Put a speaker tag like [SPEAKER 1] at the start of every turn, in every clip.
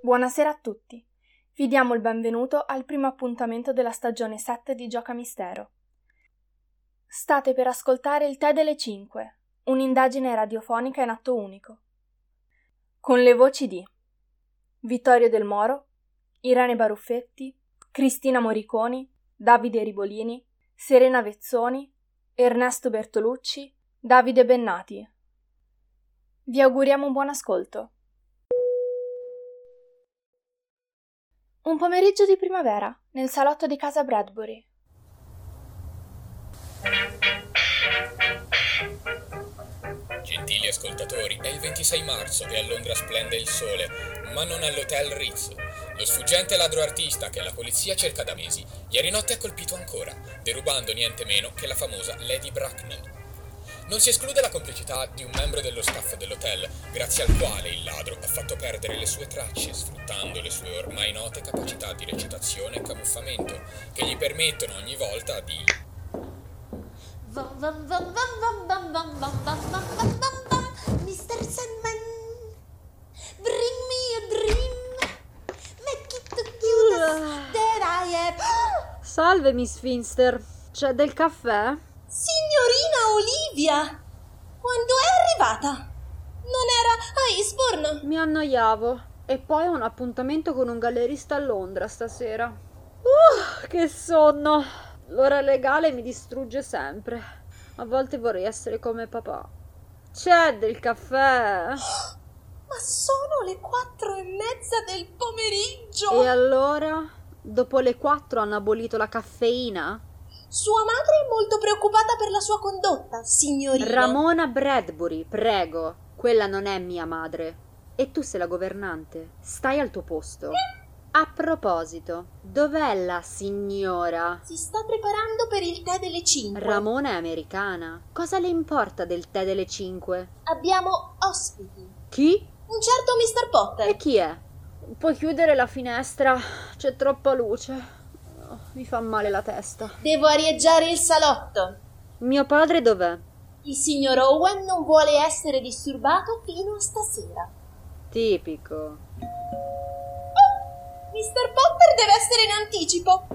[SPEAKER 1] Buonasera a tutti. Vi diamo il benvenuto al primo appuntamento della stagione 7 di Gioca Mistero. State per ascoltare il Tè delle 5, un'indagine radiofonica in atto unico. Con le voci di Vittorio Del Moro, Irene Baruffetti, Cristina Moriconi, Davide Ribolini, Serena Vezzoni, Ernesto Bertolucci, Davide Bennati. Vi auguriamo un buon ascolto. Un pomeriggio di primavera, nel salotto di casa Bradbury.
[SPEAKER 2] Gentili ascoltatori, è il 26 marzo e a Londra splende il sole, ma non all'Hotel Ritz. Lo sfuggente ladro artista che la polizia cerca da mesi, ieri notte ha colpito ancora, derubando niente meno che la famosa Lady Bracknell. Non si esclude la complicità di un membro dello staff dell'hotel, grazie al quale il ladro ha fatto perdere le sue tracce, sfruttando le sue ormai note capacità di recitazione e camuffamento, che gli permettono ogni volta di...
[SPEAKER 3] Vam, vam, vam, vam, vam, vam, vam, vam, vam, vam, vam, vam, Mr. Sandman, bring me a dream, make it the cutest that I have. Ah,
[SPEAKER 4] Salve, Miss Finster. C'è del caffè?
[SPEAKER 3] Signorina Olivia, quando è arrivata? Non era a Eastbourne?
[SPEAKER 4] Mi annoiavo. E poi ho un appuntamento con un gallerista a Londra stasera. Uh, che sonno! L'ora legale mi distrugge sempre. A volte vorrei essere come papà. C'è del caffè?
[SPEAKER 3] Ma sono le quattro e mezza del pomeriggio.
[SPEAKER 4] E allora? Dopo le quattro hanno abolito la caffeina?
[SPEAKER 3] Sua madre è molto preoccupata per la sua condotta, signorina.
[SPEAKER 4] Ramona Bradbury, prego. Quella non è mia madre. E tu sei la governante. Stai al tuo posto. A proposito, dov'è la signora?
[SPEAKER 3] si sta preparando per il tè delle cinque.
[SPEAKER 4] Ramona è americana. Cosa le importa del tè delle 5?
[SPEAKER 3] Abbiamo ospiti.
[SPEAKER 4] Chi?
[SPEAKER 3] Un certo Mr. Potter.
[SPEAKER 4] E chi è? Puoi chiudere la finestra, c'è troppa luce. Oh, mi fa male la testa.
[SPEAKER 3] Devo arieggiare il salotto.
[SPEAKER 4] Mio padre dov'è?
[SPEAKER 3] Il signor Owen non vuole essere disturbato fino a stasera.
[SPEAKER 4] Tipico.
[SPEAKER 3] Mr. Potter deve essere in anticipo.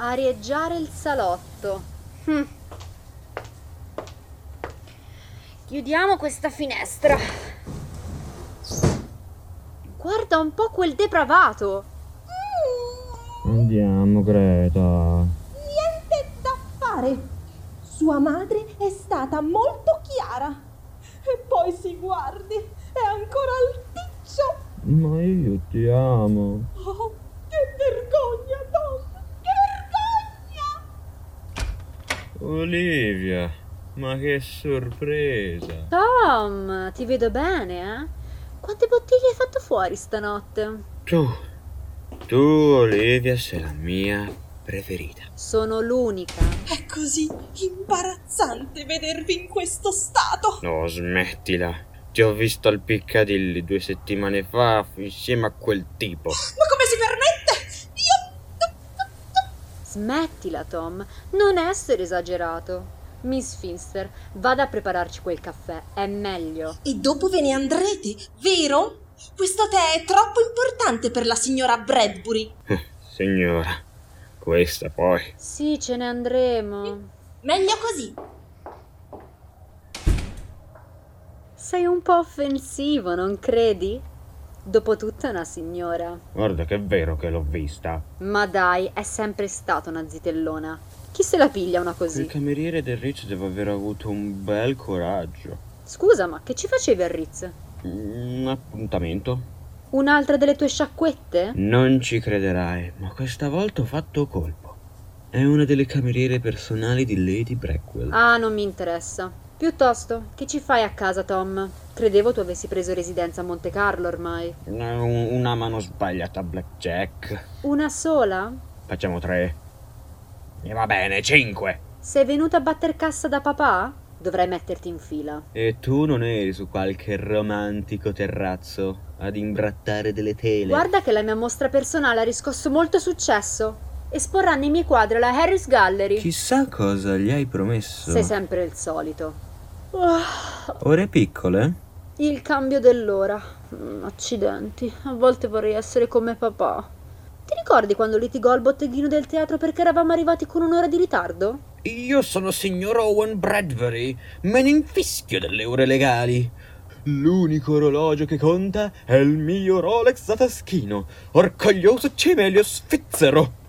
[SPEAKER 4] Arieggiare il salotto. Hm. Chiudiamo questa finestra. Guarda un po' quel depravato.
[SPEAKER 5] Andiamo, Greta.
[SPEAKER 3] Niente da fare. Sua madre è stata molto chiara. E poi si guardi, è ancora alticcio.
[SPEAKER 5] Ma io ti amo.
[SPEAKER 3] Oh, che vergogna, Tom! Che vergogna!
[SPEAKER 5] Olivia, ma che sorpresa.
[SPEAKER 4] Tom, ti vedo bene, eh? Quante bottiglie hai fatto fuori stanotte?
[SPEAKER 5] Tu, tu Olivia sei la mia preferita.
[SPEAKER 4] Sono l'unica.
[SPEAKER 3] È così imbarazzante vedervi in questo stato.
[SPEAKER 5] No, smettila. Ti ho visto al Piccadilly due settimane fa insieme a quel tipo.
[SPEAKER 3] Ma come si permette? Io...
[SPEAKER 4] Smettila, Tom. Non essere esagerato. Miss Finster, vada a prepararci quel caffè, è meglio.
[SPEAKER 3] E dopo ve ne andrete, vero? Questo tè è troppo importante per la signora Bradbury.
[SPEAKER 5] Signora, questa poi.
[SPEAKER 4] Sì, ce ne andremo.
[SPEAKER 3] Meglio così.
[SPEAKER 4] Sei un po' offensivo, non credi? Dopotutto è una signora.
[SPEAKER 5] Guarda che è vero che l'ho vista.
[SPEAKER 4] Ma dai, è sempre stata una zitellona. Chi se la piglia una
[SPEAKER 5] Il
[SPEAKER 4] così?
[SPEAKER 5] cameriere del Riccio deve aver avuto un bel coraggio.
[SPEAKER 4] Scusa, ma che ci facevi a Ritz?
[SPEAKER 5] Un appuntamento?
[SPEAKER 4] Un'altra delle tue sciacquette?
[SPEAKER 5] Non ci crederai, ma questa volta ho fatto colpo. È una delle cameriere personali di Lady Brackwell.
[SPEAKER 4] Ah, non mi interessa. Piuttosto, che ci fai a casa, Tom? Credevo tu avessi preso residenza a Monte Carlo ormai.
[SPEAKER 5] Una- Una mano sbagliata, Blackjack.
[SPEAKER 4] Una sola?
[SPEAKER 5] Facciamo tre. E va bene, cinque.
[SPEAKER 4] Sei venuta a batter cassa da papà? Dovrai metterti in fila.
[SPEAKER 5] E tu non eri su qualche romantico terrazzo ad imbrattare delle tele?
[SPEAKER 4] Guarda che la mia mostra personale ha riscosso molto successo. esporranno i miei quadri alla Harris Gallery.
[SPEAKER 5] Chissà cosa gli hai promesso.
[SPEAKER 4] Sei sempre il solito. Ah,
[SPEAKER 5] Ore piccole?
[SPEAKER 4] il cambio dell'ora. Mm, Accidenti, a volte vorrei essere come papà. Ti ricordi quando litigò al botteghino del teatro perché eravamo arrivati con un'ora di ritardo?
[SPEAKER 5] Io sono signor Owen Bradbury. Me ne infischio delle ore legali. L'unico orologio che conta è il mio Rolex a taschino, orgoglioso cimelio svizzero.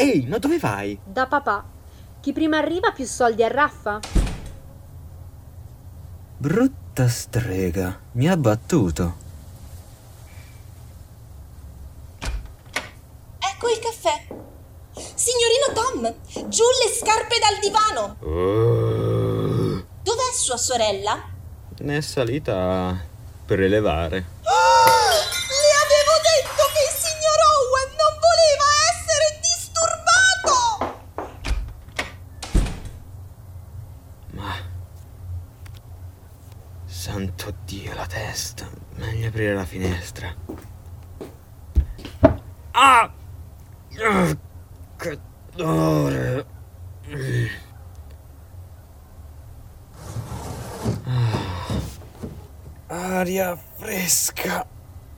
[SPEAKER 5] Ehi, ma dove vai?
[SPEAKER 4] Da papà. Chi prima arriva più soldi arraffa.
[SPEAKER 5] Brutta strega, mi ha battuto.
[SPEAKER 3] Ecco il caffè. Signorino Tom, giù le scarpe dal divano. Dov'è sua sorella?
[SPEAKER 5] Ne Eh, è salita per elevare.
[SPEAKER 3] Le avevo detto che il signor Owen non voleva essere disturbato!
[SPEAKER 5] Ma... Santo Dio, la testa. Meglio aprire la finestra. Ah! Ah, Che dolore! Ah. Aria fresca!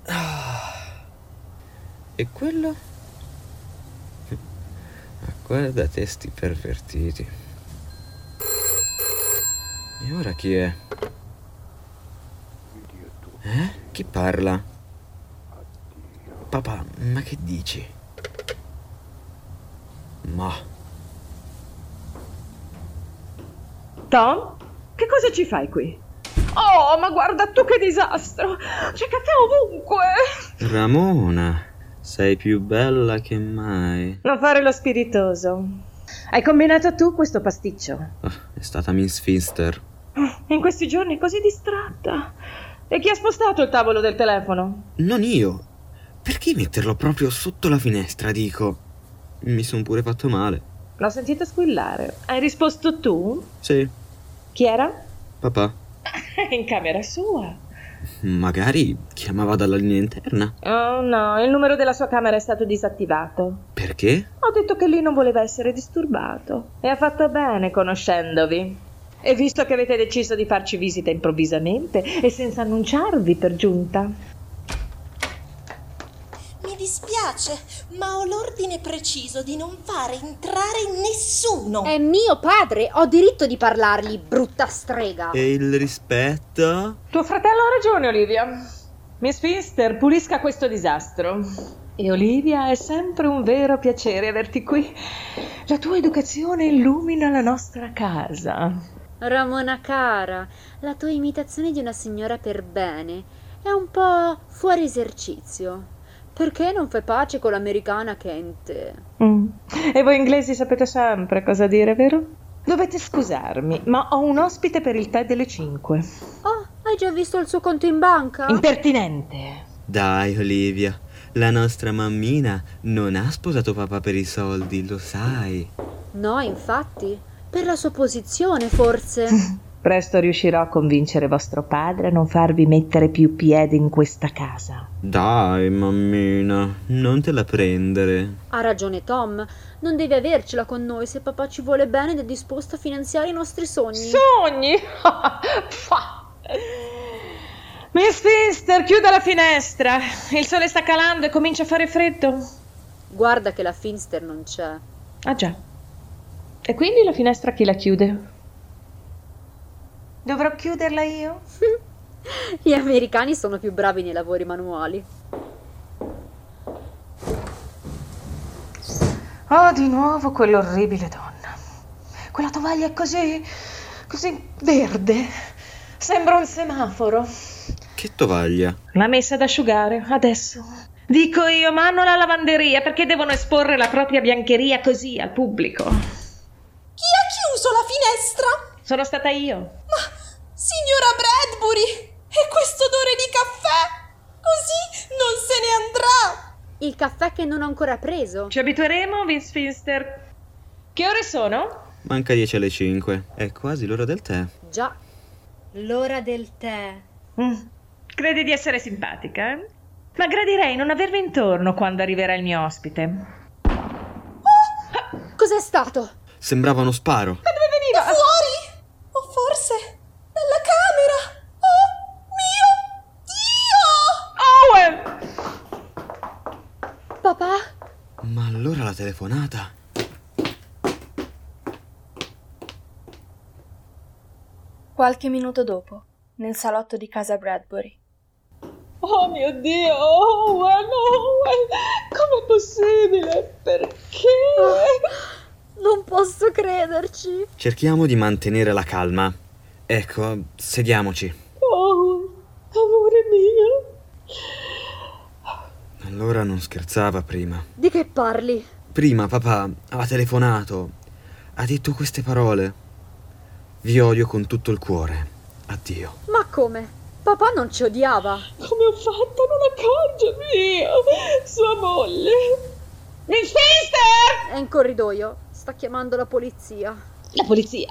[SPEAKER 5] Ah. E quello? Guarda testi pervertiti. E ora chi è? Eh? Chi parla? Papà, ma che dici? Ma
[SPEAKER 6] Tom, che cosa ci fai qui? Oh, ma guarda tu che disastro! C'è caffè ovunque!
[SPEAKER 5] Ramona, sei più bella che mai.
[SPEAKER 6] Non fare lo spiritoso. Hai combinato tu questo pasticcio.
[SPEAKER 5] Ah, è stata Miss Finster.
[SPEAKER 6] In questi giorni così distratta. E chi ha spostato il tavolo del telefono?
[SPEAKER 5] Non io. Perché metterlo proprio sotto la finestra, dico? Mi sono pure fatto male.
[SPEAKER 6] L'ho sentita squillare. Hai risposto tu?
[SPEAKER 5] Sì,
[SPEAKER 6] Chi era?
[SPEAKER 5] papà.
[SPEAKER 6] In camera sua.
[SPEAKER 5] Magari chiamava dalla linea interna.
[SPEAKER 6] Oh no, il numero della sua camera è stato disattivato.
[SPEAKER 5] Perché?
[SPEAKER 6] Ho detto che lui non voleva essere disturbato. E ha fatto bene conoscendovi. E visto che avete deciso di farci visita improvvisamente e senza annunciarvi per giunta.
[SPEAKER 3] Mi dispiace, ma ho l'ordine preciso di non fare entrare nessuno.
[SPEAKER 4] È mio padre, ho diritto di parlargli, brutta strega.
[SPEAKER 5] E il rispetto?
[SPEAKER 6] Tuo fratello ha ragione, Olivia. Miss Finster, pulisca questo disastro. E Olivia, è sempre un vero piacere averti qui. La tua educazione illumina la nostra casa.
[SPEAKER 4] Ramona cara, la tua imitazione di una signora per bene è un po' fuori esercizio. Perché non fai pace con l'americana che è in te?
[SPEAKER 6] Mm. E voi inglesi sapete sempre cosa dire, vero? Dovete scusarmi, ma ho un ospite per il tè delle 5.
[SPEAKER 4] Oh, hai già visto il suo conto in banca?
[SPEAKER 6] Impertinente.
[SPEAKER 5] Dai, Olivia, la nostra mammina non ha sposato papà per i soldi, lo sai.
[SPEAKER 4] No, infatti. Per la sua posizione, forse.
[SPEAKER 6] Presto riuscirò a convincere vostro padre a non farvi mettere più piede in questa casa.
[SPEAKER 5] Dai, mammina, non te la prendere.
[SPEAKER 4] Ha ragione Tom. Non devi avercela con noi se papà ci vuole bene ed è disposto a finanziare i nostri sogni.
[SPEAKER 6] Sogni? Fa. Miss Finster, chiuda la finestra. Il sole sta calando e comincia a fare freddo.
[SPEAKER 4] Guarda che la Finster non c'è.
[SPEAKER 6] Ah già. E quindi la finestra chi la chiude? Dovrò chiuderla io?
[SPEAKER 4] Gli americani sono più bravi nei lavori manuali.
[SPEAKER 6] Oh, di nuovo quell'orribile donna. Quella tovaglia è così. così verde. Sembra un semaforo.
[SPEAKER 5] Che tovaglia?
[SPEAKER 6] L'ha messa ad asciugare, adesso. Dico io, mano alla lavanderia, perché devono esporre la propria biancheria così al pubblico?
[SPEAKER 3] Chi ha chiuso la finestra?
[SPEAKER 6] Sono stata io.
[SPEAKER 3] Ma, signora Bradbury, e questo odore di caffè? Così non se ne andrà.
[SPEAKER 4] Il caffè che non ho ancora preso.
[SPEAKER 6] Ci abitueremo, Vince Finster. Che ore sono?
[SPEAKER 5] Manca 10 alle 5. È quasi l'ora del tè.
[SPEAKER 4] Già. L'ora del tè.
[SPEAKER 6] Mm, Credi di essere simpatica, eh? Ma gradirei non avervi intorno quando arriverà il mio ospite.
[SPEAKER 4] Cos'è stato?
[SPEAKER 5] Sembrava uno sparo.
[SPEAKER 3] Da fuori? O forse dalla camera? Oh mio Oh, Dio!
[SPEAKER 6] Owen!
[SPEAKER 4] Papà?
[SPEAKER 5] Ma allora la telefonata?
[SPEAKER 1] Qualche minuto dopo, nel salotto di casa Bradbury.
[SPEAKER 6] Oh mio Dio, Owen, Owen! Com'è possibile? Perché?
[SPEAKER 4] Non posso crederci.
[SPEAKER 5] Cerchiamo di mantenere la calma. Ecco, sediamoci.
[SPEAKER 6] Owen, amore mio!
[SPEAKER 5] Allora non scherzava prima.
[SPEAKER 4] Di che parli?
[SPEAKER 5] Prima papà ha telefonato. Ha detto queste parole. Vi odio con tutto il cuore. Addio.
[SPEAKER 4] Ma come? Papà non ci odiava.
[SPEAKER 6] Come ho fatto a non accorgermi io, sua moglie? Miss Finster!
[SPEAKER 4] È in corridoio. Sta chiamando la polizia.
[SPEAKER 6] La polizia?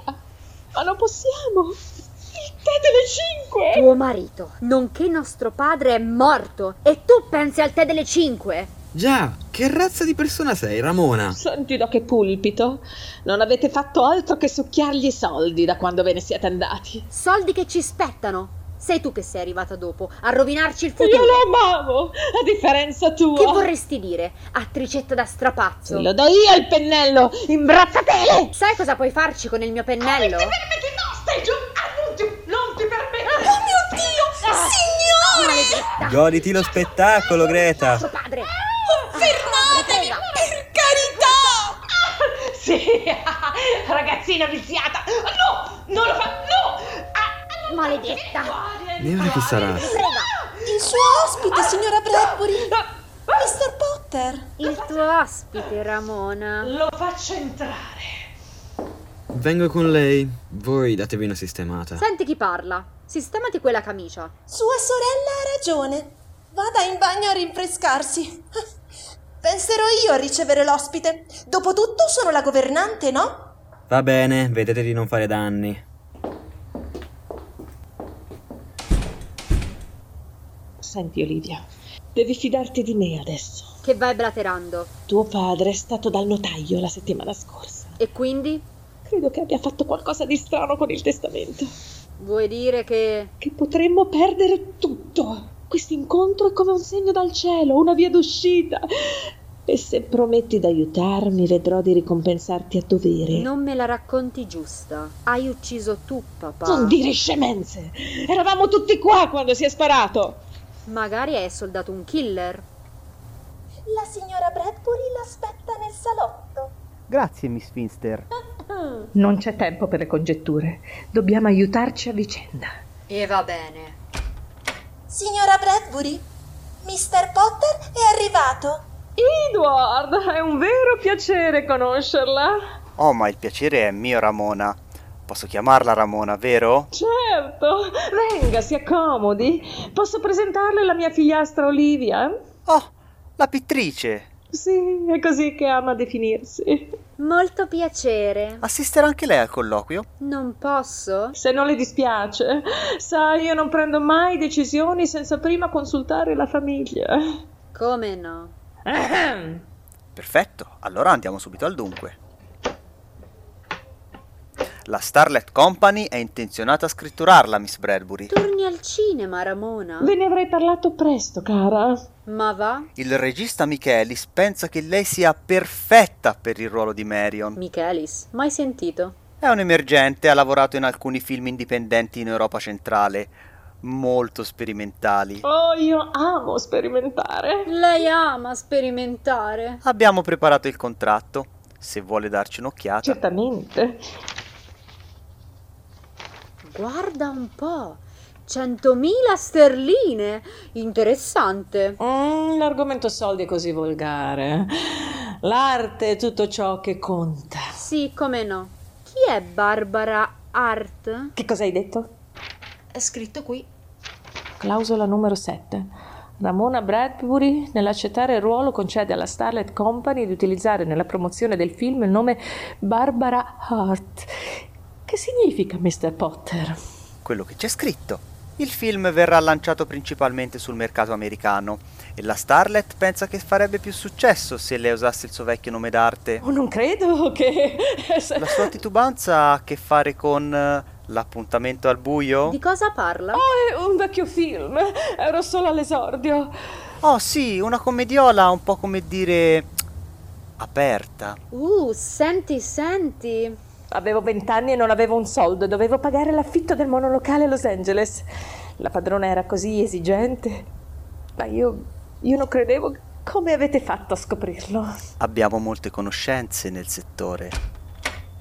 [SPEAKER 6] Ma non possiamo! Il tè delle cinque!
[SPEAKER 4] Tuo marito, nonché nostro padre, è morto. E tu pensi al tè delle 5?
[SPEAKER 5] Già, che razza di persona sei, Ramona?
[SPEAKER 6] Senti da che pulpito! Non avete fatto altro che succhiargli i soldi da quando ve ne siete andati.
[SPEAKER 4] Soldi che ci spettano. Sei tu che sei arrivata dopo a rovinarci il
[SPEAKER 6] Io
[SPEAKER 4] futuro.
[SPEAKER 6] lo amavo, a differenza tua.
[SPEAKER 4] Che vorresti dire, attricetta da strapazzo?
[SPEAKER 6] Lo do io il pennello, imbrazzatele!
[SPEAKER 4] Sai cosa puoi farci con il mio pennello?
[SPEAKER 6] permetti, no, stai giù, annuncio, non ti permetto! Ah,
[SPEAKER 3] Oh mio Dio! Signore!
[SPEAKER 7] Goditi lo spettacolo, Greta!
[SPEAKER 4] Nostro padre!
[SPEAKER 6] Ah,
[SPEAKER 3] Fermatevi! Per carità!
[SPEAKER 6] Sì, ragazzina viziata! No, non lo fa, no! Ah,
[SPEAKER 4] Maledetta!
[SPEAKER 5] E ora chi sarà?
[SPEAKER 4] Prega,
[SPEAKER 3] Il suo ospite, signora Bradbury! Mr. Potter!
[SPEAKER 4] il tuo ospite, Ramona.
[SPEAKER 6] Lo faccio entrare.
[SPEAKER 5] Vengo con lei. Voi datevi una sistemata.
[SPEAKER 4] Senti chi parla. Sistemati quella camicia.
[SPEAKER 3] Sua sorella ha ragione. Vada in bagno a rinfrescarsi. Penserò io a ricevere l'ospite. Dopotutto sono la governante, no?
[SPEAKER 7] Va bene, vedete di non fare danni.
[SPEAKER 6] Senti, Olivia, devi fidarti di me adesso.
[SPEAKER 4] Che vai blaterando.
[SPEAKER 6] Tuo padre è stato dal notaio la settimana scorsa.
[SPEAKER 4] E quindi?
[SPEAKER 6] Credo che abbia fatto qualcosa di strano con il testamento.
[SPEAKER 4] Vuoi dire che...
[SPEAKER 6] Che potremmo perdere tutto. Questo incontro è come un segno dal cielo, una via d'uscita. E se prometti di aiutarmi, vedrò di ricompensarti a dovere.
[SPEAKER 4] Non me la racconti giusta. Hai ucciso tu, papà.
[SPEAKER 6] Non dire scemenze! Eravamo tutti qua quando si è sparato!
[SPEAKER 4] Magari hai soldato un killer.
[SPEAKER 3] La signora Bradbury l'aspetta nel salotto.
[SPEAKER 8] Grazie, Miss Finster.
[SPEAKER 6] Non c'è tempo per le congetture. Dobbiamo aiutarci a vicenda.
[SPEAKER 4] E va bene.
[SPEAKER 3] Signora Bradbury, Mr. Potter è arrivato.
[SPEAKER 6] Edward, è un vero piacere conoscerla.
[SPEAKER 8] Oh, ma il piacere è mio, Ramona. Posso chiamarla Ramona, vero?
[SPEAKER 6] Certo, venga, si accomodi. Posso presentarle la mia figliastra Olivia?
[SPEAKER 8] Oh, la pittrice.
[SPEAKER 6] Sì, è così che ama definirsi.
[SPEAKER 4] Molto piacere.
[SPEAKER 8] Assisterà anche lei al colloquio?
[SPEAKER 4] Non posso?
[SPEAKER 6] Se non le dispiace, sai, io non prendo mai decisioni senza prima consultare la famiglia.
[SPEAKER 4] Come no?
[SPEAKER 6] Ahem.
[SPEAKER 8] Perfetto, allora andiamo subito al dunque. La Starlet Company è intenzionata a scritturarla, Miss Bradbury.
[SPEAKER 4] Torni al cinema, Ramona.
[SPEAKER 6] Ve ne avrei parlato presto, cara.
[SPEAKER 4] Ma va?
[SPEAKER 8] Il regista Michelis pensa che lei sia perfetta per il ruolo di Marion.
[SPEAKER 4] Michelis, mai sentito?
[SPEAKER 8] È un emergente, ha lavorato in alcuni film indipendenti in Europa centrale, molto sperimentali.
[SPEAKER 6] Oh, io amo sperimentare.
[SPEAKER 4] Lei ama sperimentare.
[SPEAKER 8] Abbiamo preparato il contratto, se vuole darci un'occhiata.
[SPEAKER 6] Certamente.
[SPEAKER 4] Guarda un po'. 100.000 sterline. Interessante.
[SPEAKER 6] Mm, l'argomento soldi è così volgare. L'arte è tutto ciò che conta.
[SPEAKER 4] Sì, come no. Chi è Barbara Hart?
[SPEAKER 6] Che cosa hai detto?
[SPEAKER 4] È scritto qui.
[SPEAKER 6] Clausola numero 7. Ramona Bradbury, nell'accettare il ruolo, concede alla Starlet Company di utilizzare nella promozione del film il nome Barbara Hart. Che significa Mr. Potter?
[SPEAKER 8] Quello che c'è scritto.
[SPEAKER 9] Il film verrà lanciato principalmente sul mercato americano e la Starlet pensa che farebbe più successo se lei usasse il suo vecchio nome d'arte.
[SPEAKER 6] Oh, non credo che...
[SPEAKER 9] La sua titubanza ha a che fare con eh, l'appuntamento al buio?
[SPEAKER 4] Di cosa parla?
[SPEAKER 6] Oh, è un vecchio film. Ero solo all'esordio.
[SPEAKER 9] Oh sì, una commediola un po' come dire aperta.
[SPEAKER 4] Uh, senti, senti.
[SPEAKER 6] Avevo vent'anni e non avevo un soldo. Dovevo pagare l'affitto del monolocale a Los Angeles. La padrona era così esigente. Ma io... io non credevo... Come avete fatto a scoprirlo?
[SPEAKER 9] Abbiamo molte conoscenze nel settore.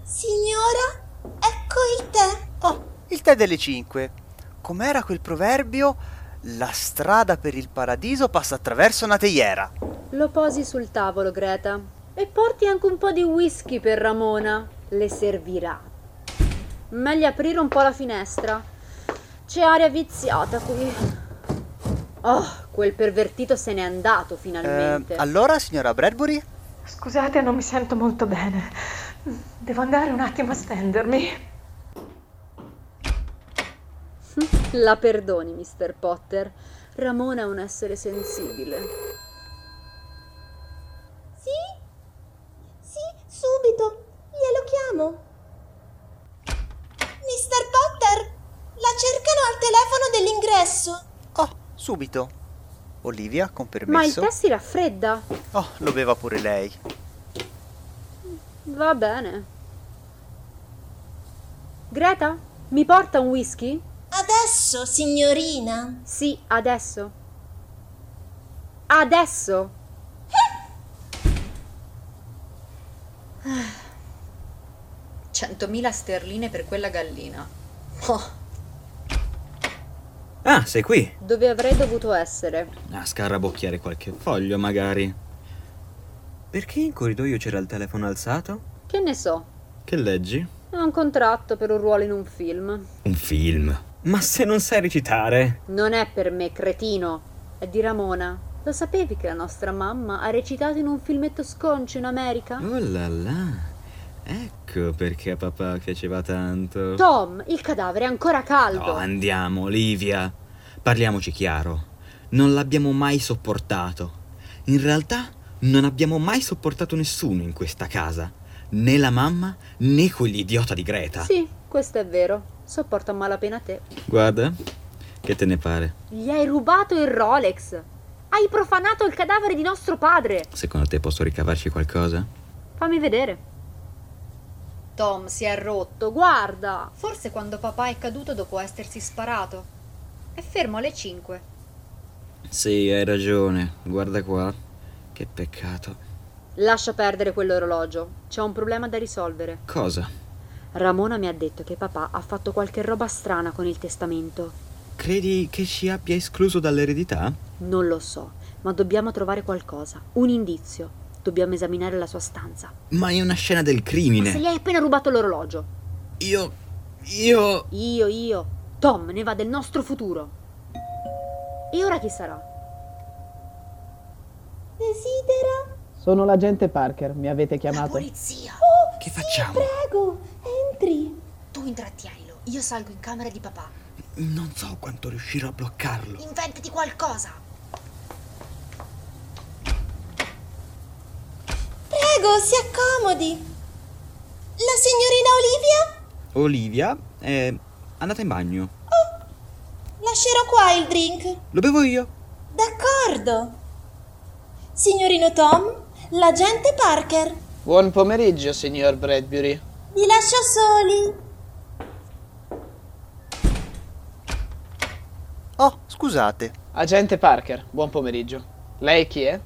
[SPEAKER 3] Signora, ecco il tè.
[SPEAKER 9] Oh, il tè delle 5. Com'era quel proverbio? La strada per il paradiso passa attraverso una teiera.
[SPEAKER 4] Lo posi sul tavolo, Greta. E porti anche un po' di whisky per Ramona. Le servirà. Meglio aprire un po' la finestra. C'è aria viziata qui. Oh, quel pervertito se n'è andato finalmente.
[SPEAKER 9] Eh, allora, signora Bradbury?
[SPEAKER 6] Scusate, non mi sento molto bene. Devo andare un attimo a stendermi.
[SPEAKER 4] La perdoni, Mr. Potter. Ramona è un essere sensibile.
[SPEAKER 3] Sì? Sì, subito. Glielo chiamo. Mister Potter, la cercano al telefono dell'ingresso.
[SPEAKER 9] Oh, subito. Olivia, con
[SPEAKER 4] Ma il
[SPEAKER 9] permesso.
[SPEAKER 4] tè si raffredda.
[SPEAKER 9] Oh, lo beva pure lei.
[SPEAKER 4] Va bene. Greta, mi porta un whisky?
[SPEAKER 3] Adesso, signorina.
[SPEAKER 4] Sì, adesso. Adesso. Ah. 100.000 sterline per quella gallina. Oh,
[SPEAKER 5] Ah, sei qui.
[SPEAKER 4] dove avrei dovuto essere?
[SPEAKER 5] A scarabocchiare qualche foglio, magari. Perché in corridoio c'era il telefono alzato?
[SPEAKER 4] Che ne so.
[SPEAKER 5] Che leggi?
[SPEAKER 4] È un contratto per un ruolo in un film.
[SPEAKER 5] Un film. Ma se non sai recitare?
[SPEAKER 4] Non è per me, cretino. È di Ramona. Lo sapevi che la nostra mamma ha recitato in un filmetto sconcio in America?
[SPEAKER 5] Oh là là. Ecco perché a papà piaceva tanto.
[SPEAKER 4] Tom, il cadavere è ancora
[SPEAKER 5] No,
[SPEAKER 4] caldo.
[SPEAKER 5] andiamo, Olivia. Parliamoci chiaro. Non l'abbiamo mai sopportato. In realtà non abbiamo mai sopportato nessuno in questa casa. Né la mamma né quell'idiota di Greta.
[SPEAKER 4] Sì, questo è vero. Sopporto a malapena te.
[SPEAKER 5] Guarda, che te ne pare?
[SPEAKER 4] Gli hai rubato il Rolex. Hai profanato il cadavere di nostro padre.
[SPEAKER 5] Secondo te posso ricavarci qualcosa?
[SPEAKER 4] Fammi vedere. Tom si è rotto, guarda.
[SPEAKER 10] Forse quando papà è caduto dopo essersi sparato. È fermo alle 5.
[SPEAKER 5] Sì, hai ragione. Guarda qua. Che peccato.
[SPEAKER 4] Lascia perdere quell'orologio. C'è un problema da risolvere.
[SPEAKER 5] Cosa?
[SPEAKER 4] Ramona mi ha detto che papà ha fatto qualche roba strana con il testamento.
[SPEAKER 5] Credi che ci abbia escluso dall'eredità?
[SPEAKER 4] Non lo so, ma dobbiamo trovare qualcosa, un indizio. Dobbiamo esaminare la sua stanza.
[SPEAKER 5] Ma è una scena del
[SPEAKER 4] Se
[SPEAKER 5] crimine.
[SPEAKER 4] gli hai appena rubato l'orologio.
[SPEAKER 5] Io. Io.
[SPEAKER 4] Io, io. Tom ne va del nostro futuro. E ora chi sarà?
[SPEAKER 3] Desidera?
[SPEAKER 11] Sono l'agente Parker, mi avete chiamato?
[SPEAKER 10] Polizia!
[SPEAKER 3] Oh,
[SPEAKER 5] Che facciamo?
[SPEAKER 3] Prego, entri.
[SPEAKER 10] Tu intrattienilo. Io salgo in camera di papà.
[SPEAKER 5] Non so quanto riuscirò a bloccarlo.
[SPEAKER 10] Inventati qualcosa!
[SPEAKER 3] Prego, si accomodi. La signorina Olivia?
[SPEAKER 5] Olivia, eh, andate in bagno.
[SPEAKER 3] Lascerò qua il drink.
[SPEAKER 5] Lo bevo io.
[SPEAKER 3] D'accordo. Signorino Tom, l'agente Parker.
[SPEAKER 11] Buon pomeriggio, signor Bradbury.
[SPEAKER 3] Vi lascio soli.
[SPEAKER 9] Oh, scusate.
[SPEAKER 11] Agente Parker, buon pomeriggio. Lei chi è?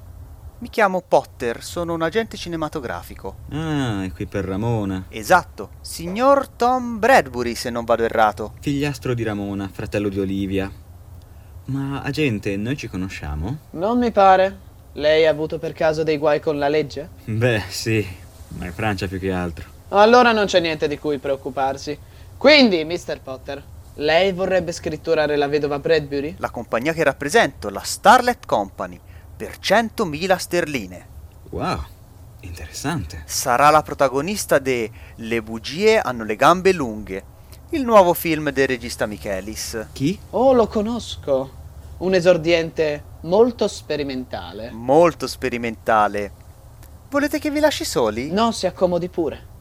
[SPEAKER 9] Mi chiamo Potter, sono un agente cinematografico.
[SPEAKER 5] Ah, è qui per Ramona.
[SPEAKER 9] Esatto, signor Tom Bradbury, se non vado errato.
[SPEAKER 5] Figliastro di Ramona, fratello di Olivia. Ma, agente, noi ci conosciamo?
[SPEAKER 11] Non mi pare. Lei ha avuto per caso dei guai con la legge?
[SPEAKER 5] Beh, sì, ma in Francia più che altro.
[SPEAKER 11] Allora non c'è niente di cui preoccuparsi. Quindi, Mr. Potter, lei vorrebbe scritturare la vedova Bradbury?
[SPEAKER 9] La compagnia che rappresento, la Starlet Company, per 100.000 sterline.
[SPEAKER 5] Wow, interessante.
[SPEAKER 9] Sarà la protagonista de Le bugie hanno le gambe lunghe, il nuovo film del regista Michelis,
[SPEAKER 5] Chi?
[SPEAKER 8] Oh, lo conosco. Un esordiente molto sperimentale.
[SPEAKER 9] molto sperimentale. Volete che vi lasci soli?
[SPEAKER 8] No, si accomodi pure.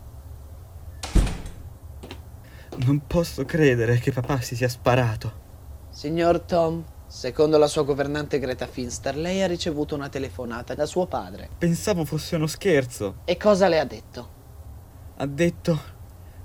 [SPEAKER 12] Non posso credere che papà si sia sparato.
[SPEAKER 8] Signor Tom, secondo la sua governante Greta Finster, lei ha ricevuto una telefonata da suo padre.
[SPEAKER 12] Pensavo fosse uno scherzo.
[SPEAKER 8] E cosa le ha detto?
[SPEAKER 12] Ha detto: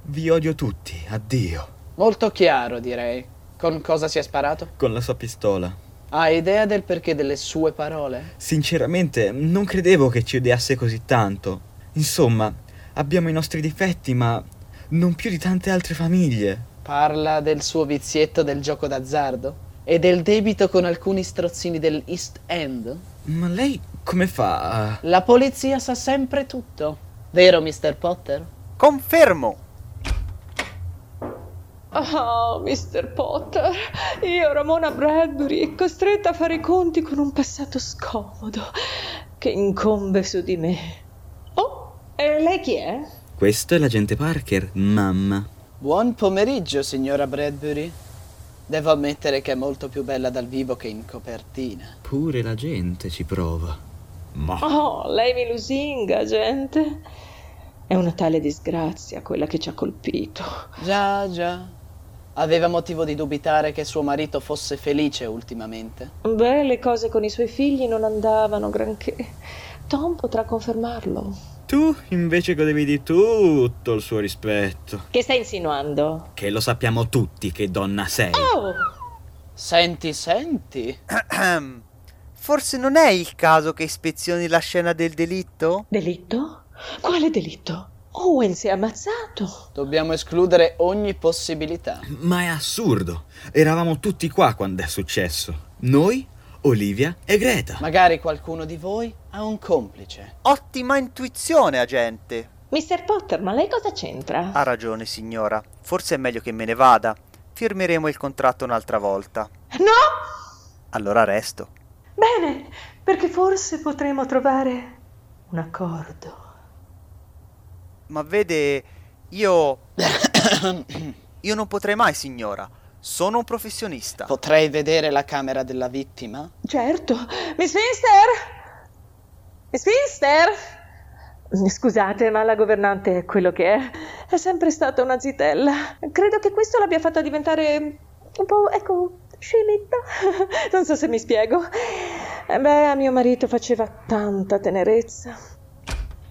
[SPEAKER 12] Vi odio tutti, addio.
[SPEAKER 8] Molto chiaro, direi. Con cosa si è sparato?
[SPEAKER 12] Con la sua pistola.
[SPEAKER 8] Ha idea del perché delle sue parole?
[SPEAKER 12] Sinceramente, non credevo che ci odiasse così tanto. Insomma, abbiamo i nostri difetti, ma non più di tante altre famiglie.
[SPEAKER 8] Parla del suo vizietto del gioco d'azzardo? E del debito con alcuni strozzini dell'East End?
[SPEAKER 12] Ma lei come fa? a-
[SPEAKER 8] La polizia sa sempre tutto. Vero, Mr. Potter?
[SPEAKER 9] Confermo!
[SPEAKER 6] Oh, Mr. Potter, io, Ramona Bradbury, costretta a fare i conti con un passato scomodo che incombe su di me. Oh, e lei chi è?
[SPEAKER 5] Questo è l'agente Parker, mamma.
[SPEAKER 8] Buon pomeriggio, signora Bradbury. Devo ammettere che è molto più bella dal vivo che in copertina.
[SPEAKER 5] Pure la gente ci prova. Ma
[SPEAKER 6] Oh, lei mi lusinga, gente. È una tale disgrazia quella che ci ha colpito.
[SPEAKER 8] Già, già. Aveva motivo di dubitare che suo marito fosse felice ultimamente.
[SPEAKER 6] Beh, le cose con i suoi figli non andavano granché. Tom potrà confermarlo.
[SPEAKER 12] Tu invece godevi di tutto il suo rispetto.
[SPEAKER 6] Che stai insinuando?
[SPEAKER 5] che lo sappiamo tutti che donna sei.
[SPEAKER 6] Oh!
[SPEAKER 8] Senti, senti.
[SPEAKER 9] Ahem. Forse non è il caso che ispezioni la scena del delitto?
[SPEAKER 6] Delitto? Quale delitto? Owen si è ammazzato.
[SPEAKER 8] Dobbiamo escludere ogni possibilità.
[SPEAKER 5] Ma è assurdo. Eravamo tutti qua quando è successo. Noi, Olivia e Greta.
[SPEAKER 8] Magari qualcuno di voi ha un complice.
[SPEAKER 9] Ottima intuizione, agente!
[SPEAKER 6] Mr. Potter, ma lei cosa c'entra?
[SPEAKER 9] Ha ragione, signora. Forse è meglio che me ne vada. Firmeremo il contratto un'altra volta.
[SPEAKER 6] No!
[SPEAKER 9] Allora resto.
[SPEAKER 6] Bene, perché forse potremo trovare un accordo.
[SPEAKER 9] Ma vede, io... io non potrei mai, signora. Sono un professionista.
[SPEAKER 8] Potrei vedere la camera della vittima?
[SPEAKER 6] Certo, Miss Finster! Miss Finster! Scusate, ma la governante è quello che è. È sempre stata una zitella. Credo che questo l'abbia fatta diventare un po', ecco, scemetta. Non so se mi spiego. Eh Beh, a mio marito faceva tanta tenerezza.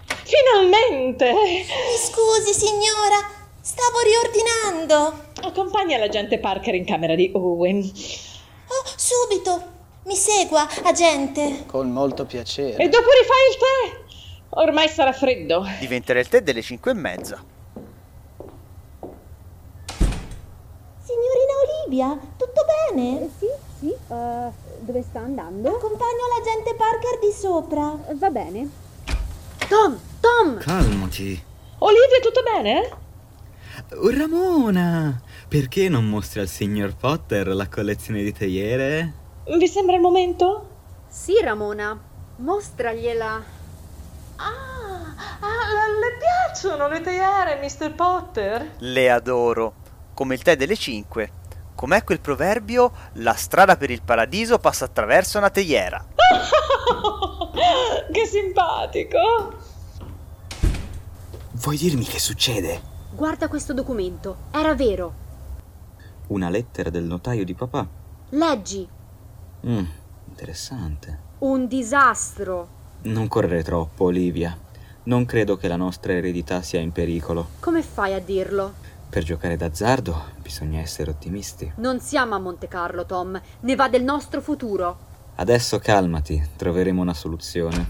[SPEAKER 6] Finalmente!
[SPEAKER 3] Mi scusi, signora, stavo riordinando.
[SPEAKER 6] Accompagna la gente Parker in camera di Owen.
[SPEAKER 3] Oh, subito. Mi segua, agente.
[SPEAKER 8] Con molto piacere.
[SPEAKER 6] E dopo rifai il tè! Ormai sarà freddo.
[SPEAKER 9] Diventerà il tè delle 5 e mezza.
[SPEAKER 3] Signorina Olivia, tutto bene?
[SPEAKER 4] Sì, sì, eh, dove sta andando?
[SPEAKER 3] Accompagno l'agente Parker di sopra.
[SPEAKER 4] Eh, Va bene. Tom, Tom!
[SPEAKER 5] Calmati.
[SPEAKER 6] Olivia, tutto bene?
[SPEAKER 5] Oh, Ramona! Perché non mostri al signor Potter la collezione di teiere?
[SPEAKER 6] Vi sembra il momento?
[SPEAKER 4] Sì, Ramona, mostragliela.
[SPEAKER 6] Ah, ah, le le piacciono le teiere, Mr. Potter?
[SPEAKER 9] Le adoro. Come il tè delle 5. Com'è quel proverbio? La strada per il paradiso passa attraverso una teiera.
[SPEAKER 6] che simpatico!
[SPEAKER 5] Vuoi dirmi che succede?
[SPEAKER 4] Guarda questo documento, era vero.
[SPEAKER 5] Una lettera del notaio di papà.
[SPEAKER 4] Leggi,
[SPEAKER 5] Mm, interessante.
[SPEAKER 4] un disastro.
[SPEAKER 5] Non correre troppo, Olivia. Non credo che la nostra eredità sia in pericolo.
[SPEAKER 4] Come fai a dirlo?
[SPEAKER 5] Per giocare d'azzardo bisogna essere ottimisti.
[SPEAKER 4] Non siamo a Monte Carlo, Tom, ne va del nostro futuro.
[SPEAKER 5] Adesso calmati, troveremo una soluzione.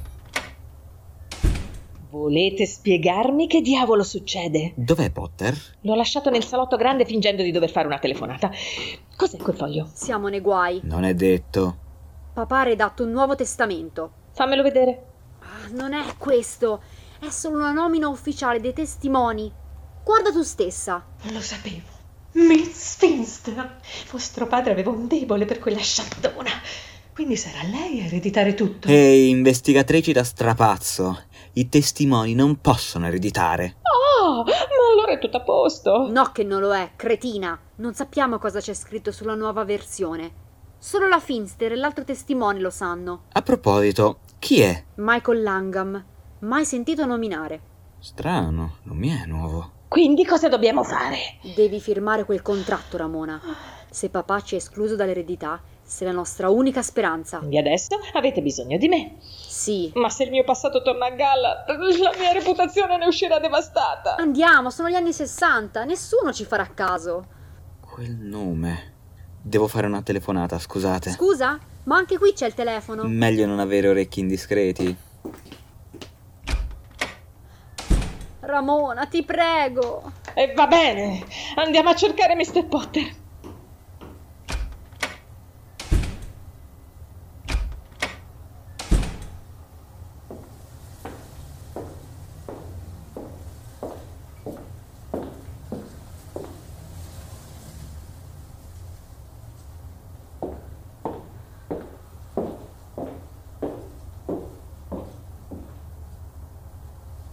[SPEAKER 6] Volete spiegarmi che diavolo succede?
[SPEAKER 5] Dov'è Potter?
[SPEAKER 6] L'ho lasciato nel salotto grande fingendo di dover fare una telefonata. Cos'è quel foglio?
[SPEAKER 4] Siamo nei guai.
[SPEAKER 5] Non è detto.
[SPEAKER 4] Papà ha redatto un nuovo testamento.
[SPEAKER 6] Fammelo vedere.
[SPEAKER 4] Ah, non è questo, è solo una nomina ufficiale dei testimoni. Guarda tu stessa.
[SPEAKER 6] Lo sapevo. Miss Finster! Vostro padre aveva un debole per quella sciattona. Quindi sarà lei a ereditare tutto.
[SPEAKER 5] Ehi, investigatrici da strapazzo. I testimoni non possono ereditare.
[SPEAKER 6] Oh, ma allora è tutto a posto.
[SPEAKER 4] No che non lo è, cretina. Non sappiamo cosa c'è scritto sulla nuova versione. Solo la Finster e l'altro testimone lo sanno.
[SPEAKER 5] A proposito, chi è?
[SPEAKER 4] Michael Langham. Mai sentito nominare.
[SPEAKER 5] Strano, non mi è nuovo.
[SPEAKER 6] Quindi cosa dobbiamo fare?
[SPEAKER 4] Devi firmare quel contratto, Ramona. Se papà ci è escluso dall'eredità, sei la nostra unica speranza.
[SPEAKER 6] Quindi adesso avete bisogno di me.
[SPEAKER 4] Sì.
[SPEAKER 6] Ma se il mio passato torna a galla, la mia reputazione ne uscirà devastata.
[SPEAKER 4] Andiamo, sono gli anni 60, nessuno ci farà caso.
[SPEAKER 5] Quel nome. Devo fare una telefonata, scusate.
[SPEAKER 4] Scusa? Ma anche qui c'è il
[SPEAKER 8] Mm.
[SPEAKER 4] telefono.
[SPEAKER 5] Meglio non avere orecchi indiscreti.
[SPEAKER 4] Ramona, ti prego.
[SPEAKER 6] E va bene, andiamo a cercare Mr. Potter.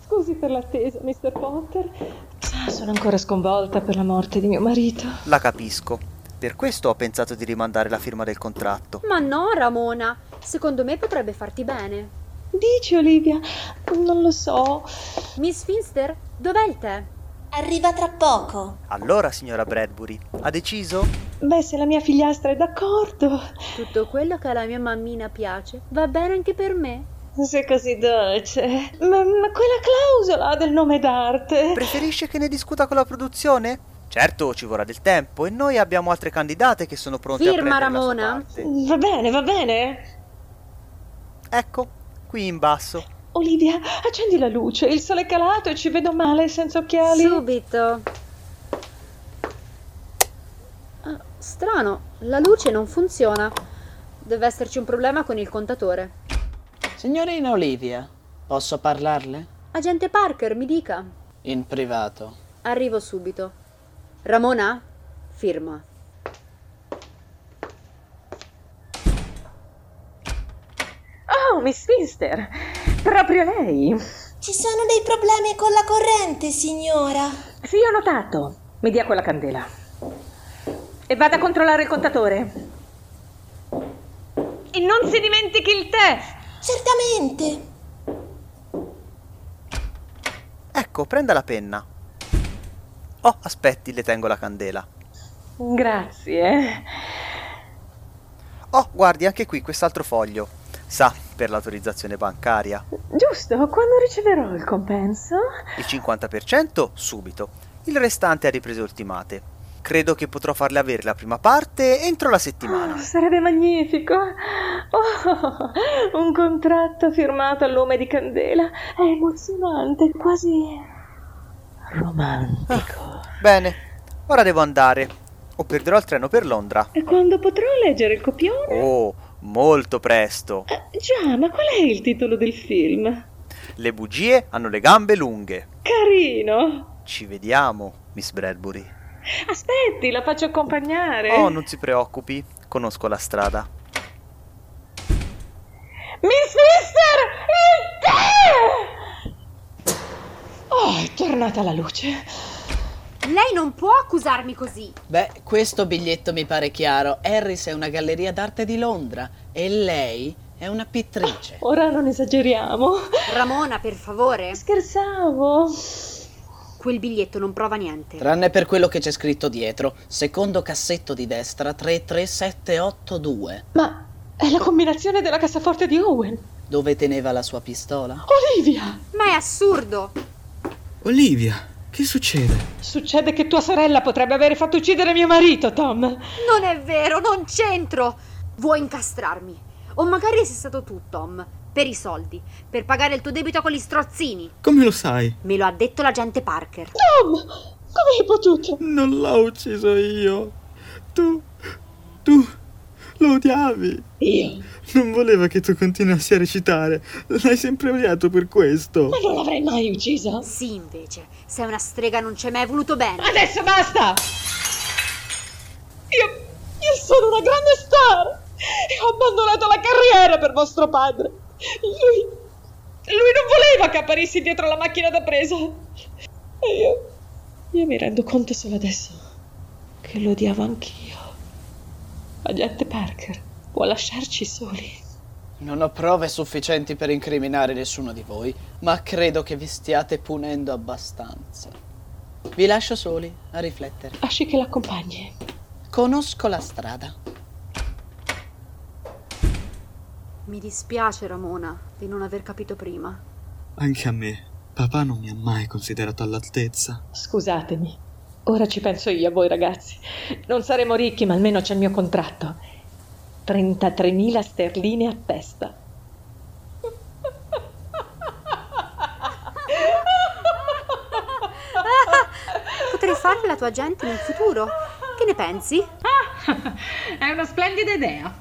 [SPEAKER 6] Scusi per l'attesa, Mr. Potter. Sa, sono ancora sconvolta per la morte di mio marito.
[SPEAKER 8] La capisco. Per questo ho pensato di rimandare la firma del contratto.
[SPEAKER 4] Ma no, Ramona. Secondo me potrebbe farti bene.
[SPEAKER 6] Dici, Olivia? Non lo so.
[SPEAKER 4] Miss Finster, dov'è il tè?
[SPEAKER 3] Arriva tra poco.
[SPEAKER 8] Allora, signora Bradbury, ha deciso?
[SPEAKER 6] Beh, se la mia figliastra è d'accordo.
[SPEAKER 4] Tutto quello che alla mia mammina piace va bene anche per me.
[SPEAKER 6] Sei così dolce. Ma, ma quella clausola del nome d'arte.
[SPEAKER 8] Preferisce che ne discuta con la produzione? Certo, ci vorrà del tempo e noi abbiamo altre candidate che sono pronte
[SPEAKER 4] Firma,
[SPEAKER 8] a prendere la
[SPEAKER 4] Ramona.
[SPEAKER 8] sua parte.
[SPEAKER 6] Ah, Va bene, va bene.
[SPEAKER 8] Ecco, qui in basso.
[SPEAKER 6] Olivia, accendi la luce. Il sole è calato e ci vedo male senza occhiali.
[SPEAKER 4] Subito. Ah, Strano, la luce non funziona. Deve esserci un problema con il contatore.
[SPEAKER 9] Signorina Olivia, posso parlarle?
[SPEAKER 4] Agente Parker, mi dica.
[SPEAKER 9] In privato.
[SPEAKER 4] Arrivo subito. Ramona, firma.
[SPEAKER 6] Oh, Miss Finster. Proprio lei.
[SPEAKER 3] Ci sono dei problemi con la corrente, signora.
[SPEAKER 6] Sì, ho notato. Mi dia quella candela. E vada a controllare il contatore. E non si dimentichi il tè.
[SPEAKER 3] Certamente.
[SPEAKER 8] Ecco, prenda la penna. Oh, aspetti, le tengo la candela.
[SPEAKER 6] Grazie.
[SPEAKER 8] Oh, guardi, anche qui quest'altro foglio. Sa, per l'autorizzazione bancaria.
[SPEAKER 6] Giusto, quando riceverò il compenso?
[SPEAKER 8] Il 50% subito. Il restante a riprese ultimate. Credo che potrò farle avere la prima parte entro la
[SPEAKER 6] Oh,
[SPEAKER 8] settimana.
[SPEAKER 6] sarebbe magnifico. Oh, un contratto firmato al nome di Candela. È emozionante, quasi romantico.
[SPEAKER 8] Ah, Bene, ora devo andare. O perderò il treno per Londra.
[SPEAKER 6] E quando potrò leggere il copione?
[SPEAKER 8] Oh, molto presto.
[SPEAKER 6] Eh, già, ma qual è il titolo del film?
[SPEAKER 8] Le bugie hanno le gambe lunghe.
[SPEAKER 6] Carino.
[SPEAKER 8] Ci vediamo, Miss Bradbury.
[SPEAKER 6] Aspetti, la faccio accompagnare.
[SPEAKER 8] Oh, non si preoccupi, conosco la strada.
[SPEAKER 6] Miss Mister, il tè! Oh, è tornata la luce.
[SPEAKER 4] Lei non può accusarmi così.
[SPEAKER 9] Beh, questo biglietto mi pare chiaro. Harris è una galleria d'arte di Londra e lei è una pittrice.
[SPEAKER 6] Ora non esageriamo.
[SPEAKER 4] Ramona, per favore.
[SPEAKER 6] Scherzavo.
[SPEAKER 4] Quel biglietto non prova niente.
[SPEAKER 9] Tranne per quello che c'è scritto dietro, secondo cassetto di destra 33782,
[SPEAKER 6] Ma è la combinazione della cassaforte di Owen.
[SPEAKER 9] dove teneva la sua pistola.
[SPEAKER 6] Olivia!
[SPEAKER 4] Ma è assurdo.
[SPEAKER 5] Olivia, che succede?
[SPEAKER 6] Succede che tua sorella potrebbe avere fatto uccidere mio marito, Tom.
[SPEAKER 4] Non è vero, non c'entro. Vuoi incastrarmi? O magari sei stato tu, Tom, per i soldi, per pagare il tuo debito con gli strozzini.
[SPEAKER 5] Come lo sai?
[SPEAKER 4] Me lo ha detto l'agente Parker.
[SPEAKER 6] Tom! Come hai potuto?
[SPEAKER 5] Non l'ho ucciso io. Tu. tu. lo odiavi.
[SPEAKER 6] Io?
[SPEAKER 5] Non voleva che tu continuassi a recitare. L'hai sempre odiato per questo.
[SPEAKER 6] Ma non l'avrei mai ucciso.
[SPEAKER 4] Sì, invece, sei una strega, non ci hai mai voluto bene.
[SPEAKER 6] Adesso basta! Io, io sono una grande star! E ho abbandonato la carriera per vostro padre! Lui. lui non voleva che apparissi dietro la macchina da presa! E io. Io mi rendo conto solo adesso che lo odiavo anch'io. Agente Parker può lasciarci soli.
[SPEAKER 9] Non ho prove sufficienti per incriminare nessuno di voi, ma credo che vi stiate punendo abbastanza. Vi lascio soli a riflettere.
[SPEAKER 6] Lasci che l'accompagni.
[SPEAKER 9] Conosco la strada.
[SPEAKER 4] Mi dispiace, Ramona, di non aver capito prima.
[SPEAKER 5] Anche a me. Papà non mi ha mai considerato all'altezza.
[SPEAKER 6] Scusatemi. Ora ci penso io a voi ragazzi. Non saremo ricchi, ma almeno c'è il mio contratto. 33.000 sterline a testa.
[SPEAKER 4] Potrei farmi la tua agente nel futuro. Che ne pensi?
[SPEAKER 6] Ah, È una splendida idea.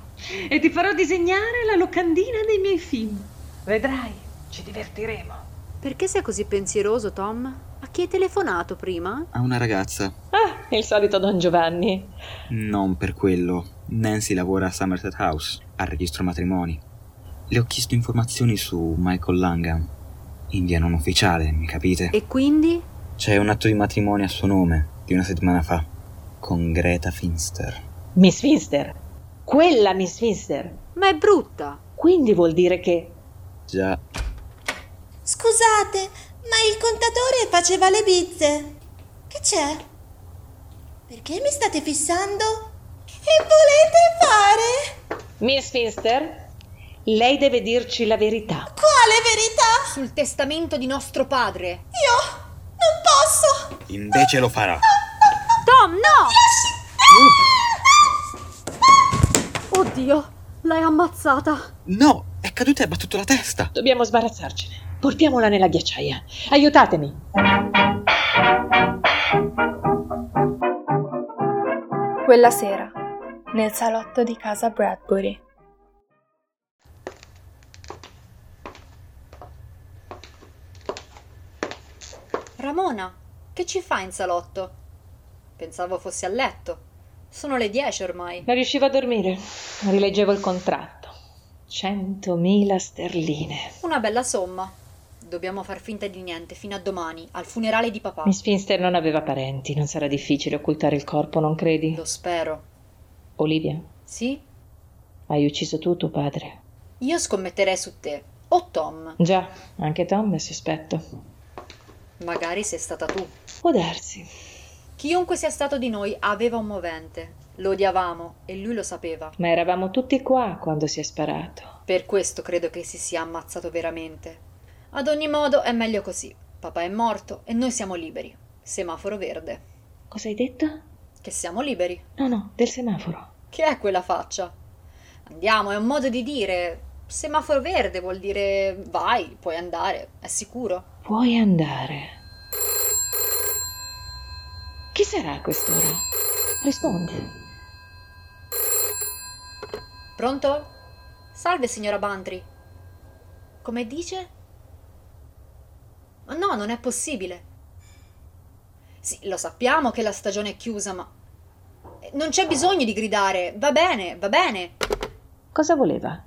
[SPEAKER 6] E ti farò disegnare la locandina dei miei film. Vedrai, ci divertiremo.
[SPEAKER 4] Perché sei così pensieroso, Tom? A chi hai telefonato prima?
[SPEAKER 5] A una ragazza.
[SPEAKER 6] Ah, il solito Don Giovanni.
[SPEAKER 5] Non per quello. Nancy lavora a Somerset House, al registro matrimoni. Le ho chiesto informazioni su Michael Langham. In via non ufficiale, mi capite?
[SPEAKER 4] E quindi?
[SPEAKER 5] C'è un atto di matrimonio a suo nome, di una settimana fa, con Greta Finster.
[SPEAKER 6] Miss Finster. Quella Miss Finster.
[SPEAKER 4] Ma è brutta!
[SPEAKER 6] Quindi vuol dire che...
[SPEAKER 5] Già,
[SPEAKER 3] Scusate, ma il contatore faceva le bizze. Che c'è? Perché mi state fissando? Che volete fare?
[SPEAKER 6] Miss Finster? Lei deve dirci la verità.
[SPEAKER 3] Quale verità?
[SPEAKER 4] Sul testamento di nostro padre.
[SPEAKER 3] Io non posso!
[SPEAKER 5] invece lo farà.
[SPEAKER 4] Tom, no! Oddio, l'hai ammazzata.
[SPEAKER 5] No, è caduta e ha battuto la testa.
[SPEAKER 6] Dobbiamo sbarazzarcene. Portiamola nella ghiacciaia. Aiutatemi.
[SPEAKER 1] Quella sera, nel salotto di casa Bradbury.
[SPEAKER 4] Ramona, che ci fai in salotto? Pensavo fossi a letto. Sono le 10 ormai.
[SPEAKER 6] Non riuscivo a dormire. Rileggevo il contratto. 100.000 sterline.
[SPEAKER 4] Una bella somma. Dobbiamo far finta di niente fino a domani, al funerale di papà.
[SPEAKER 6] Miss Finster non aveva parenti. Non sarà difficile occultare il corpo, non credi?
[SPEAKER 4] Lo spero.
[SPEAKER 6] Olivia,
[SPEAKER 4] Sì?
[SPEAKER 6] hai ucciso tu tuo padre.
[SPEAKER 4] Io scommetterei su te. O Tom.
[SPEAKER 6] Già, anche Tom è sospetto.
[SPEAKER 4] Magari sei stata tu.
[SPEAKER 6] Può darsi.
[SPEAKER 4] Chiunque sia stato di noi aveva un movente. Lo odiavamo e lui lo sapeva.
[SPEAKER 6] Ma eravamo tutti qua quando si è sparato.
[SPEAKER 4] Per questo credo che si sia ammazzato veramente. Ad ogni modo è meglio così. Papà è morto e noi siamo liberi. Semaforo verde.
[SPEAKER 6] Cosa hai detto?
[SPEAKER 4] Che siamo liberi.
[SPEAKER 6] No, no, del semaforo.
[SPEAKER 4] Che è quella faccia? Andiamo, è un modo di dire. Semaforo verde vuol dire vai, puoi andare, è sicuro.
[SPEAKER 6] Puoi andare. Chi sarà a quest'ora? Rispondi.
[SPEAKER 4] Pronto? Salve signora Bantry. Come dice? Ma no, non è possibile. Sì, lo sappiamo che la stagione è chiusa, ma... Non c'è bisogno di gridare. Va bene, va bene.
[SPEAKER 6] Cosa voleva?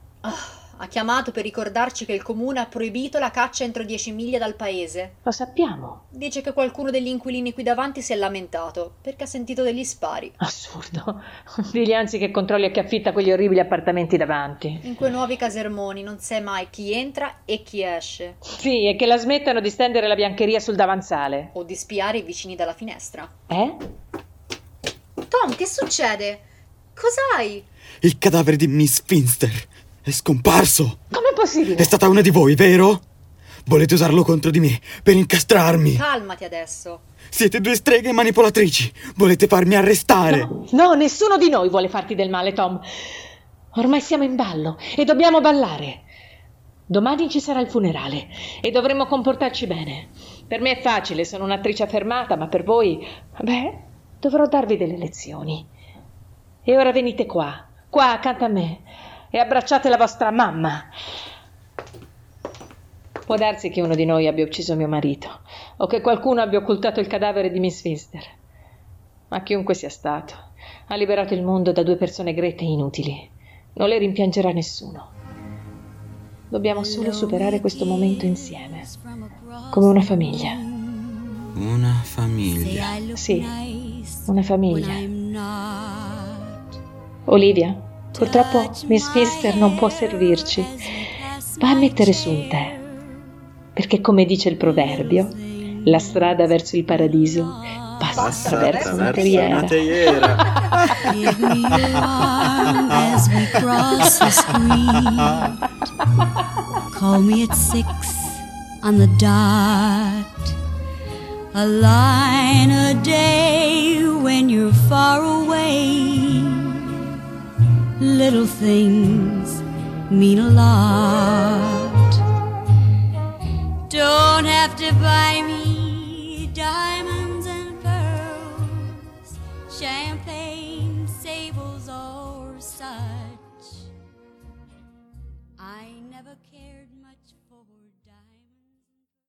[SPEAKER 4] Ha chiamato per ricordarci che il comune ha proibito la caccia entro 10 miglia dal paese.
[SPEAKER 6] Lo sappiamo.
[SPEAKER 4] Dice che qualcuno degli inquilini qui davanti si è lamentato perché ha sentito degli spari.
[SPEAKER 6] Assurdo. Digli anzi che controlli a chi affitta quegli orribili appartamenti davanti.
[SPEAKER 4] In quei nuovi casermoni non sai mai chi entra e chi esce,
[SPEAKER 6] Sì, e che la smettano di stendere la biancheria sul davanzale.
[SPEAKER 4] o di spiare i vicini dalla finestra.
[SPEAKER 6] Eh?
[SPEAKER 4] Tom, che succede? Cos'hai?
[SPEAKER 5] Il cadavere di Miss Finster è scomparso.
[SPEAKER 6] Com'è possibile?
[SPEAKER 5] È stata una di voi, vero? Volete usarlo contro di me per incastrarmi?
[SPEAKER 4] Calmati adesso.
[SPEAKER 5] Siete due streghe manipolatrici. Volete farmi arrestare?
[SPEAKER 6] No, nessuno di noi vuole farti del male, Tom. Ormai siamo in ballo e dobbiamo ballare. Domani ci sarà il funerale e dovremo comportarci bene. Per me è facile, sono un'attrice affermata, ma per voi, beh, dovrò darvi delle lezioni. E ora venite qua, qua accanto a me e abbracciate la vostra mamma. Può darsi che uno di noi abbia ucciso mio marito o che qualcuno abbia occultato il cadavere di Miss Finster. Ma chiunque sia stato, ha liberato il mondo da due persone grete e inutili. Non le rimpiangerà nessuno. Dobbiamo solo superare questo momento insieme, come una famiglia.
[SPEAKER 13] Una famiglia.
[SPEAKER 6] Sì, una famiglia. Olivia, purtroppo Miss Fister non può servirci. Va a mettere su un tè. Perché come dice il proverbio, la strada verso il paradiso passa,
[SPEAKER 5] Passa
[SPEAKER 6] verso una
[SPEAKER 5] attraverso
[SPEAKER 6] terriera.
[SPEAKER 5] una teiera.
[SPEAKER 3] as we cross the street. Call me at six on the dot. A line a day when you're far away. Little things mean a lot. Don't have to buy me diamonds and pearls, champagne, sables, or such. I never